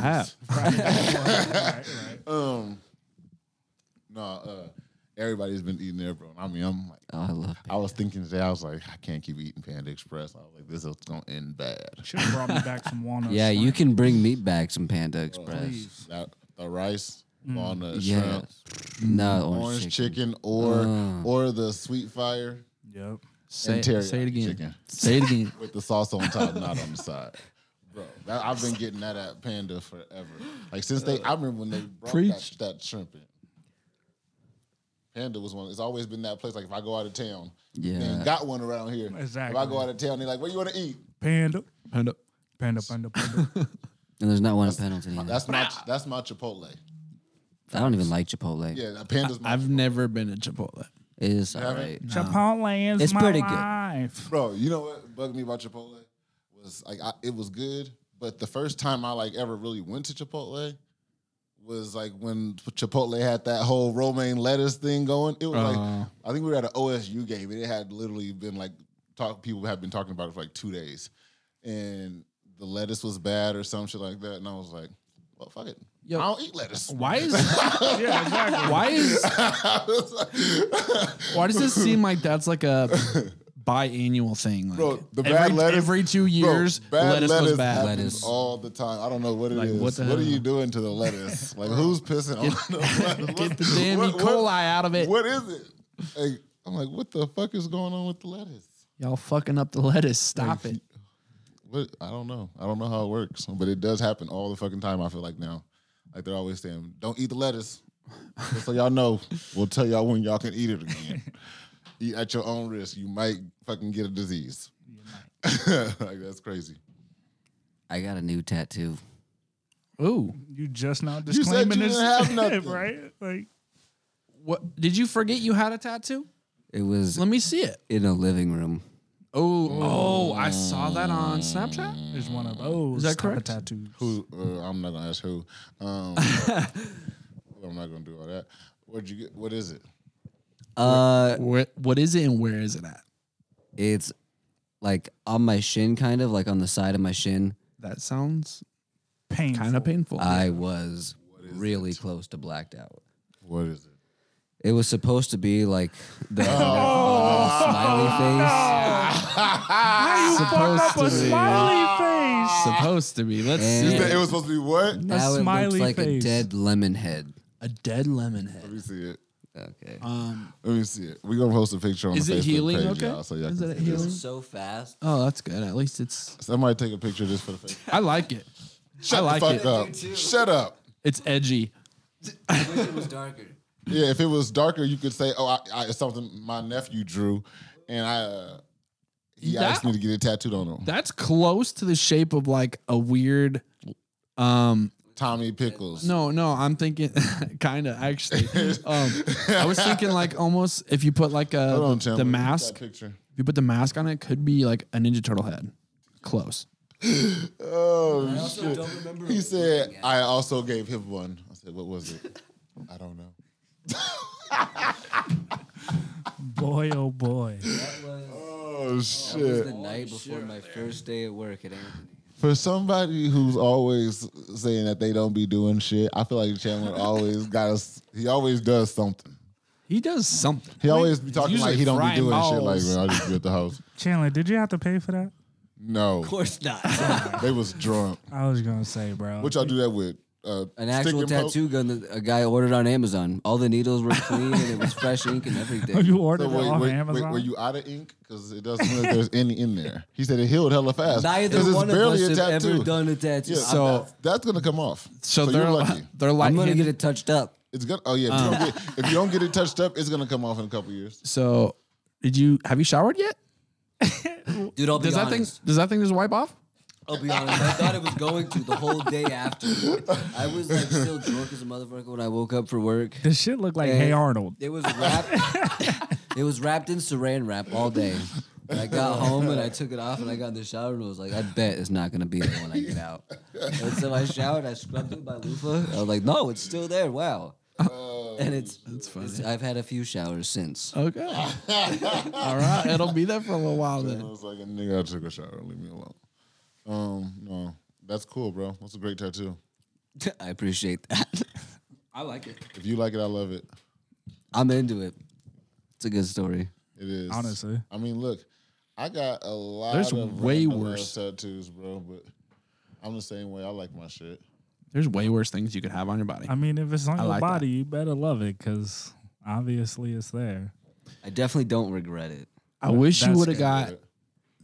D: I
A: movies.
D: have.
A: Um, no, uh, everybody's been eating there, bro. And I mean, I'm like,
C: Oh, I love it.
A: I was thinking today, I was like, I can't keep eating Panda Express. I was like, this is gonna end bad.
B: Should have brought me back some walnuts.
C: Yeah, you can bring me back some Panda
A: Oh,
C: Express.
B: Please.
A: That the rice, walnut
C: Yeah.
A: shrimp,
C: No, orange,
A: orange
C: chicken.
A: chicken, or
D: Mm.
A: or the sweet fire
B: Yep.
D: Say,
A: and teriyaki
D: say it again.
A: chicken
C: Say it again.
A: with the sauce on top, not on the side. Bro, that, I've been getting that at Panda forever. Like since they, I remember when they brought that,
D: Preach.
A: that shrimp in. Panda was one. It's always been that place. Like if I go out of town, they
C: Yeah.
A: ain't got one around here. If I
B: Exactly.
A: go out of town, they're like, "What you want to eat?"
B: Panda.
D: Hand up.
B: Panda, panda, panda.
C: And there's not one at penalty.
A: That's my that's my Chipotle.
C: I don't even like Chipotle.
A: Yeah, that Panda's my.
D: I've never been to Chipotle.
C: It is all
A: haven't?
C: right.
B: Chipotle is
C: It's
B: my
C: pretty good.
B: life.
A: Bro, you know what bugged me about Chipotle was like I, it was good, but the first time I like ever really went to Chipotle was like when Chipotle had that whole romaine lettuce thing going. It was like
D: Oh.
A: I think we were at an OSU game and it had literally been like talk people had been talking about it for like two days, and the lettuce was bad or some shit like that, and I was like, well, fuck it,
D: Yo.
A: I don't eat lettuce.
D: Why is
B: yeah, exactly.
D: why is
A: I was like-
D: why does this seem like that's like a biannual thing? Like
A: Bro, the
D: every,
A: bad lettuce-
D: every two
A: Bro,
D: years,
A: bad
D: lettuce, was bad.
A: happens
C: Lettuce.
A: all the time. I don't know what it is.
D: Like,
A: What,
D: what the
A: are
D: hell?
A: you doing to the lettuce? like who's pissing on the lettuce?
D: Get the damn E. coli out of it.
A: What is it? Like, I'm like, what the fuck is going on with the lettuce?
D: Y'all fucking up the lettuce. Stop it.
A: What I don't know. I don't know how it works, but it does happen all the fucking time. I feel like now, like they're always saying, "Don't eat the lettuce." Just so y'all know, we'll tell y'all when y'all can eat it again. eat at your own risk. You might fucking get a disease. like that's crazy.
C: I got a new tattoo.
D: Ooh,
B: You just now
A: said
B: disclaiming
A: you
B: this,
A: didn't have nothing.
B: right? Like,
D: what did you forget? You had a tattoo?
C: It was
D: Let me see it.
C: in a living room.
D: Oh, oh, I saw that on Snapchat.
B: there's one of
C: Mm.
B: those.
D: Is that
B: type of
D: correct?
B: tattoos.
A: Who? Uh, I'm not gonna ask who. Um, I'm not gonna do all that. Where'd you get? What is it?
C: Uh,
D: Where, what is it and where is it at?
C: it's like on my shin, kind of like on the side of my shin.
D: That sounds
B: Painful.
D: kind of painful. Uh,
C: I was really close to blacked out.
A: What is it?
C: It was supposed to be like the smiley face.
B: How you fuck
D: Supposed
B: up a
D: to be.
B: smiley face?
D: supposed to be. Let's see.
A: It
D: it.
A: was supposed to be what? Let
C: Now it looks
B: smiley
C: like a
B: face.
C: dead lemon head.
D: A dead lemon head.
A: me see it.
C: Okay.
D: Um,
A: Let me see it. We are gonna post a picture on
D: Is
A: the
D: it
A: Facebook
D: healing
A: page,
D: okay?
A: y'all, so y'all
D: Is
A: can
D: it
A: see
D: healing?
A: this.
C: so fast.
D: oh, that's good. At least it's.
A: Somebody take a picture of this for the Facebook.
D: I like it.
A: Shut
D: I like
A: the
D: it.
A: fuck up. Shut up.
D: It's edgy.
C: I wish it was darker.
A: Yeah, if it was darker, you could say, "Oh, I, I, it's something my nephew drew, and I uh, he
D: That-
A: asked me to get it tattooed on him."
D: That's close to the shape of like a weird. Um,
A: Tommy Pickles.
D: no, no, I'm thinking kind of actually. Um, I was thinking like almost if you put like a
A: Hold on, Tim.
D: the
A: Let me get
D: mask,
A: That picture.
D: if you put the mask on it, could be like a Ninja Turtle head. Close.
A: Oh
C: also don't remember.
A: He said, I also gave him one. I said, what was it? I don't know.
B: Boy, oh boy.
C: That was,
A: Oh,
C: that was
A: shit.
C: the night before my first day at work at Anthony.
A: For somebody who's always saying that they don't be doing shit, I feel like Chandler always got us, he always does something.
D: He does something.
A: He always be talking
D: usually
A: like he don't be
D: frying
A: doing shit like,
D: balls.
A: man, I just be at the house.
B: Chandler, did you have to pay for that?
A: No,
C: Of course not.
A: they was drunk.
B: I was gonna say, bro.
A: What y'all do that with? Uh, stick
C: An actual
A: and poke?
C: tattoo gun that a guy ordered on Amazon. All the needles were clean and it was fresh ink and
B: Oh,
C: everything.
B: you
A: So
B: ordered
A: wait,
B: it off
A: wait,
B: Amazon?
A: wait, were you out of ink? Because it doesn't look like there's any in there. He said it healed hella fast.
C: Neither
A: 'Cause it's
C: one of
A: barely
C: us
A: a
C: have
A: tattoo.
C: ever done a tattoo.
A: Yeah,
C: I'm
A: so
C: not-
A: that's gonna come off.
D: So,
A: So,
D: they're
A: you're lucky.
D: they're like
C: I'm gonna get it touched up.
A: It's gonna. Oh yeah. If, you don't get, if you don't get it touched up, it's gonna come off in a couple years.
D: So, did you have you showered yet?
C: Dude, I'll be
D: Does that
C: honest.
D: thing does that thing just wipe off?
C: I'll be honest. I thought it was going to the whole day after. I was like still drunk as a motherfucker when I woke up for work.
B: This shit looked like
C: Yeah.
B: Hey Arnold.
C: It was wrapped. it was wrapped in saran wrap all day. And I got home and I took it off and I got in the shower and I was like, I bet it's not gonna be there when I get out. And so I showered, I scrubbed it by loofah. I was like, no, it's still there. Wow. and it's, it's funny. Oh. I've had a few showers since.
D: Okay. All right. It'll be there for a little while
A: I
D: then.
A: was like, nigga, I took a shower. Leave me alone. Um, no, that's cool, bro. That's a great tattoo.
C: I appreciate that. I like it.
A: If you like it, I love it.
C: I'm into it. It's a good story.
A: It is
B: Honestly.
A: I mean, look, I got a lot.
D: There's
A: of
D: way
A: random
D: worse.
A: ass tattoos, bro. But I'm the same way. I like my shit.
D: There's way worse things you could have on your body.
B: I mean, if it's on
D: I
B: your
D: like that.
B: body, you better love it because obviously it's there.
C: I definitely don't regret it.
D: I wish you
B: That's
D: would have
B: good.
D: got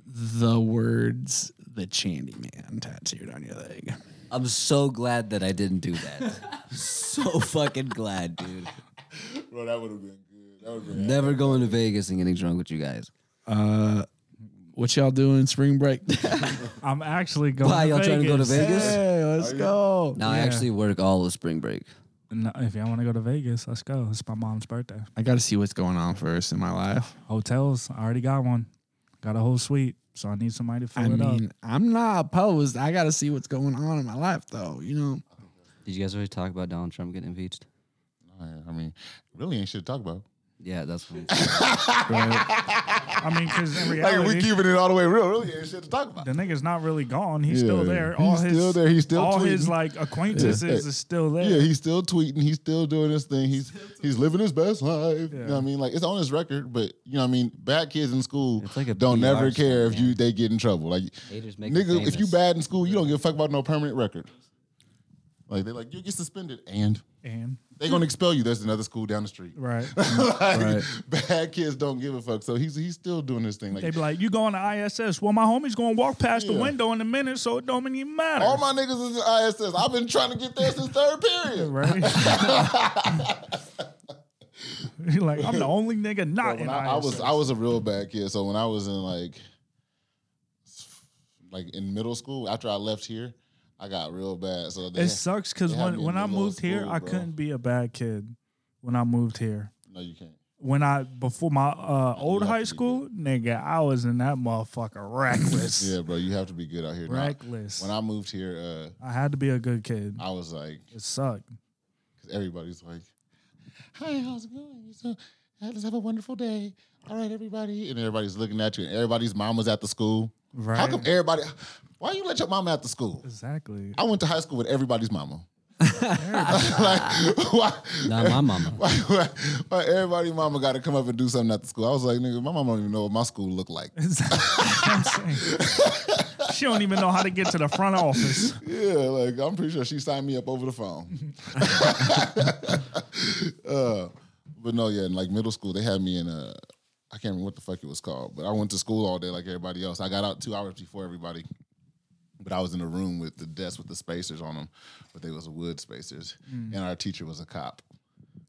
D: the words the Chandy Man tattooed on your leg.
C: I'm so glad that I didn't do that. so fucking glad, dude.
A: Bro, that would have been good. That would have been.
C: Never going to Vegas and getting drunk with you guys.
D: Uh, what y'all doing spring break?
B: I'm actually going.
C: Why,
B: to
C: y'all
B: Vegas.
C: trying to go to Vegas?
D: hey, let's go.
C: Now I
B: Yeah.
C: actually work all of spring break.
B: No, if y'all want to go to Vegas, let's go. It's my mom's birthday.
D: I got to see what's going on first in my life.
B: Hotels, I already got one. Got a whole suite, so I need somebody to fill
D: I
B: it
D: mean,
B: up.
D: I'm not opposed. I got to see what's going on in my life, though. You know,
C: Did you guys already talk about Donald Trump getting impeached?
A: Oh, yeah, I mean, really ain't shit to talk about.
C: Yeah, that's what
B: I mean, because in
A: Like we
B: reality,
A: keeping it all the way real. Really ain't shit to talk about.
B: the nigga's not really gone. He's
A: Yeah,
B: still there.
A: he's
B: All his,
A: still there. He's still
B: all his
A: tweeting.
B: like acquaintances is still there.
A: Yeah, he's still tweeting. He's still doing his thing. He's he's living his best life. You know what I mean? Like it's on his record, but you know what I mean. Bad kids in school
C: It's like a
A: don't
C: PR
A: never
C: stunt,
A: care if you
C: yeah.
A: they get in trouble. Like
C: Haters make them
A: nigga, if you
C: famous.
A: bad in school, you don't give a fuck about no permanent record. Like they like you get suspended and
B: and
A: they gonna expel you. There's another school down the street.
B: right,
A: like,
D: Right.
A: Bad kids don't give a fuck. So he's he's still doing his thing.
B: they
A: Like
B: be like, "You going to ISS?" Well, my homie's gonna walk past
A: Yeah.
B: the window in a minute, so it don't even matter.
A: all my niggas is in ISS. I've been trying to get there since third period.
B: right? You're like, I'm the only nigga not in
A: when I, I was
B: ISS.
A: I was a real bad kid. So when I was in like like in middle school, after I left here, I got real bad. So they,
B: It sucks because
A: they had
B: when
A: me in
B: when I
A: middle of
B: moved here,
A: school,
B: I
A: bro.
B: couldn't be a bad kid. When I moved here,
A: no, you can't.
B: when I before my uh, old
A: have to
B: high
A: be
B: school, nigga, I was in that motherfucker reckless,
A: Yeah, bro, you have to be good out here. Now,
B: reckless.
A: when I moved here,
B: I had to be a good kid.
A: uh, I was like,
B: It sucked.
A: cause everybody's like, "Hi, how's it going? You so, let's have a wonderful day. All right, everybody." And everybody's looking at you, and everybody's mom was at the school. How
B: Right.
A: come everybody? Why you let your mama at the school?
B: Exactly.
A: I went to high school with everybody's mama. like, why,
C: Not my mama.
A: why, why, why everybody mama got to come up and do something at the school? I was like, nigga, my mama don't even know what my school looked like.
B: Exactly. I'm saying. she don't even know how to get to the front office.
A: yeah, like I'm pretty sure she signed me up over the phone. uh, but no, yeah, in like middle school, they had me in a, I can't remember what the fuck it was called, but I went to school all day like everybody else. I got out two hours before everybody. But I was in a room with the desk with the spacers on them, but they was wood spacers, and our teacher was a cop.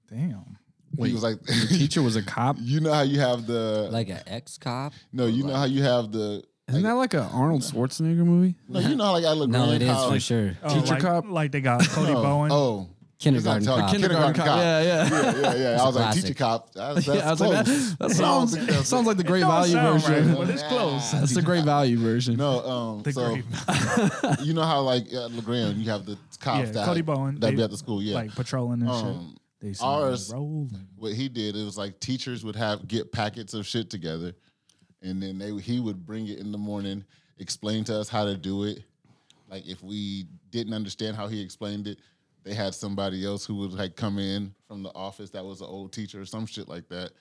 B: Damn.
A: he was like,
D: teacher was a cop.
A: You know how you have the
C: Like an ex cop?
A: no, you know how you have the
D: Isn't that like an Arnold Schwarzenegger movie?
A: no, you know how like I look.
C: No,
A: Grand
C: it is
A: how,
C: for sure.
B: Oh,
D: Teacher
B: like,
D: cop?
B: Like they got Cody
A: Oh,
B: Bowen.
A: oh,
C: Kindergarten
A: He's not
C: cop.
A: talking- kindergarten, cop.
D: Yeah, yeah.
A: Yeah, yeah, yeah. I was like,
C: classic.
A: teacher cop. That, that's
D: yeah, I was
A: close.
D: like, that, that sounds, sounds like the great
B: Don't
D: value
B: sound
D: version.
B: right, but it's close.
D: That's the great value version.
A: no, um,
B: The
A: so
B: great-
A: you know how like at LeGrand you have the cops
B: Yeah,
A: that
B: Cody Bowen.
A: that
B: They-
A: be at the school. Yeah,
B: Like patrolling and
A: Um,
B: shit. They see
A: ours-
B: ours, rolling.
A: what he did it was like teachers would have get packets of shit together, and then they he would bring it in the morning, explain to us how to do it. Like if we didn't understand how he explained it, they had somebody else who would like come in from the office that was an old teacher or some shit like that,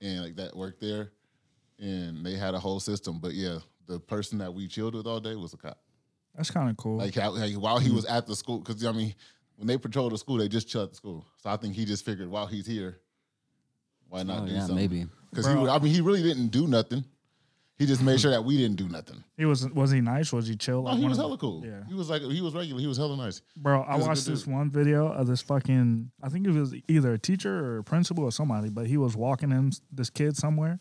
A: and like that worked there, and they had a whole system. But yeah, the person that we chilled with all day was a cop.
B: That's kind of cool.
A: Like, how- like, while he was at the school, because I mean, when they patrol the school, they just chill at the school. So I think he just figured while he's here, why not
C: Oh,
A: do
C: yeah,
A: something?
C: maybe.
A: Because he, would- I mean, he really didn't do nothing. He just made sure that we didn't do nothing.
B: he was was he nice? Was he chill?
A: No,
B: Like
A: he
B: one
A: was
B: of-
A: hella cool.
B: Yeah.
A: He was like, he was regular. He was hella nice.
B: Bro, I
A: was a
B: watched
A: good
B: this
A: dude.
B: one video of this fucking. I think it was either a teacher or a principal or somebody, but he was walking him this kid somewhere,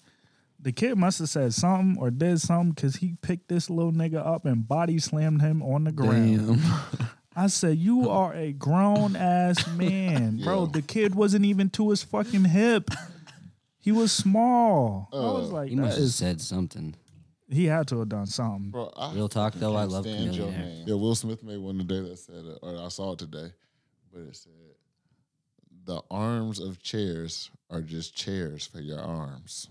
B: the kid must have said something or did something because he picked this little nigga up and body slammed him on the ground.
D: Damn.
B: I said, "You are a grown ass man, bro."
A: Yeah.
B: The kid wasn't even to his fucking hip. He was small. I was like,
C: He
B: that
C: must have
B: is-
C: said something.
B: he had to have done something.
A: Bro, I
C: Real talk though, I
A: can't
C: love
A: stand your
C: Chameleon Air.
A: name. Yeah, Will Smith made one today that said, uh, or I saw it today, but it said, "The arms of chairs are just chairs for your arms."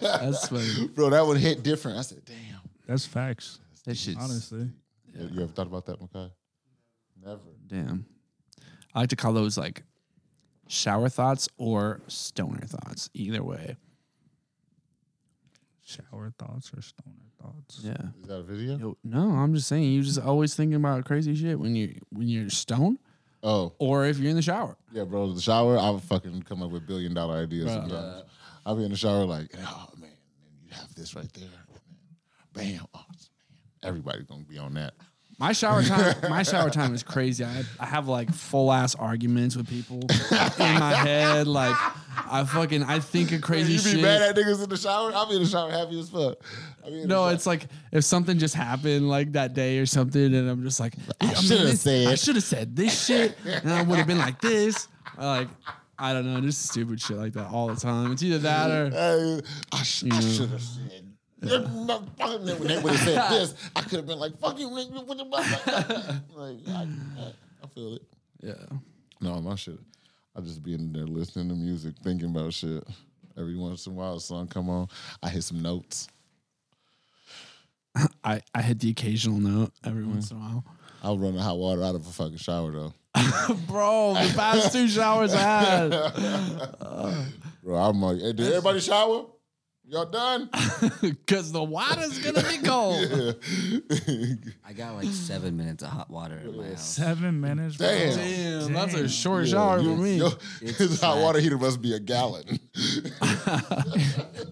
D: That's funny.
A: Bro, that would hit different. I said, "Damn."
B: That's facts.
D: That shit's
B: Honestly,
A: You- You ever thought about that, Makai? Never.
D: damn. I like to call those like shower thoughts or stoner thoughts. Either way.
B: shower thoughts or stoner thoughts.
D: Yeah.
A: Is that a video?
D: Yo, no, I'm just saying you just always thinking about crazy shit when you when you're stoned
A: Oh,
D: or if you're in the shower.
A: yeah, bro. The shower, I would fucking come up with billion dollar ideas sometimes. I'll be in the shower like, oh man, and you have this right there. Bam. Oh, man. Everybody's gonna be on that.
D: My shower time, my shower time is crazy. I, I have like full ass arguments with people in my head. Like I fucking I think of crazy
A: you be
D: shit.
A: mad at niggas in the shower? I'll be in the shower happy as fuck. I be in the
D: no,
A: shower-
D: it's like if something just happened like that day or something, and I'm just like, I
A: shoulda said-
D: I should have said this shit, and I would have been like this. Or, Like I don't know, just stupid shit like that all the time. It's either that or
A: Hey, I, sh- I should have said. Motherfucker, When they would have said this, I could have been like, "Fuck you, nigga!" what the fuck? like, I, I, I feel it.
D: yeah.
A: No, my shit. I just be in there listening to music, thinking about shit. Every once in a while, a song come on. I hit some notes.
D: I I hit the occasional note every once in a while.
A: I'll run the hot water out of a fucking shower though.
D: Bro, the past two showers I had.
A: Bro, I'm like, hey, did everybody shower? Y'all done?
D: Because the water's gonna be cold.
C: I got like seven minutes of hot water in my house.
B: Seven minutes. bro.
A: Damn.
D: Damn, that's
B: Damn.
D: a short shower for me.
A: Yo,
C: It's
A: his hot
C: trash.
A: water heater must be a gallon.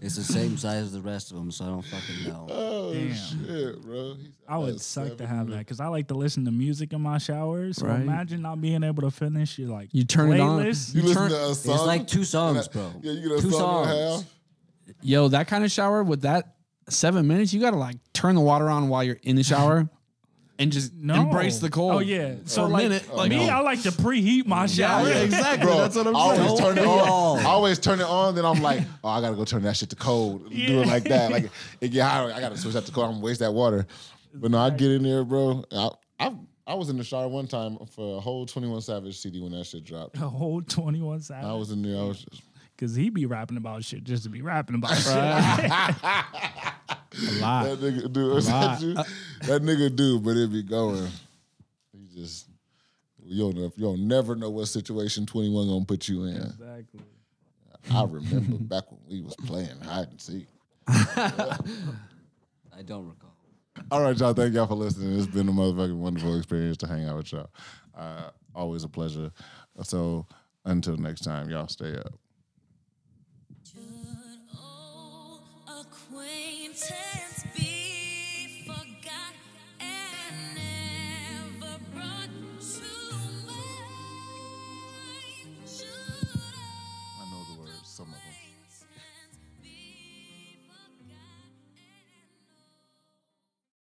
C: It's the same size as the rest of them, so I don't fucking know.
A: Oh
B: Damn.
A: shit, bro. He's-
B: I would
A: that's
B: suck to
A: seven
B: have that
A: minutes.
B: because I like to listen to music in my shower. So
D: Right.
B: imagine not being able to finish. You like
D: You turn it on.
B: playlist.
A: You,
D: You
A: listen
D: turn-
A: to uh, a song.
C: It's like two songs, bro.
A: Yeah, you get a
C: two
A: song and a
C: songs.
A: half.
D: Yo, that kind of shower with that seven minutes, you gotta like turn the water on while you're in the shower and just
B: No.
D: embrace the cold.
B: Oh yeah.
D: for
B: So
D: a
B: like
D: minute. Like,
B: me, I like to preheat my
D: yeah,
B: shower.
D: yeah, exactly.
A: Bro,
D: that's what I'm
A: I always
D: saying.
A: turn it
C: we
A: on.
C: all?
A: I always turn it on. Then I'm like, oh, I gotta go turn that shit to cold. Do
B: Yeah.
A: it like that. Like it get hot. I gotta switch that to cold. I'm gonna waste that water. But no, I get in there, bro. I I, I was in the shower one time for a whole 21 Savage CD when that shit dropped.
B: The whole twenty one
D: Oh.
A: I
B: Savage
A: was in there. I was just,
B: because he be rapping about shit just to be rapping about shit.
A: that nigga dude. is that, you? that nigga dude, but it be going. He just you'll ne- you'll never know what situation 21 gonna put you in.
B: Exactly.
A: I remember back when we was playing hide and seek.
C: I don't recall.
A: All right, y'all. Thank y'all for listening. It's been a motherfucking wonderful experience to hang out with y'all. Uh, always a pleasure. So until next time, y'all stay up.
E: Good old acquaintance.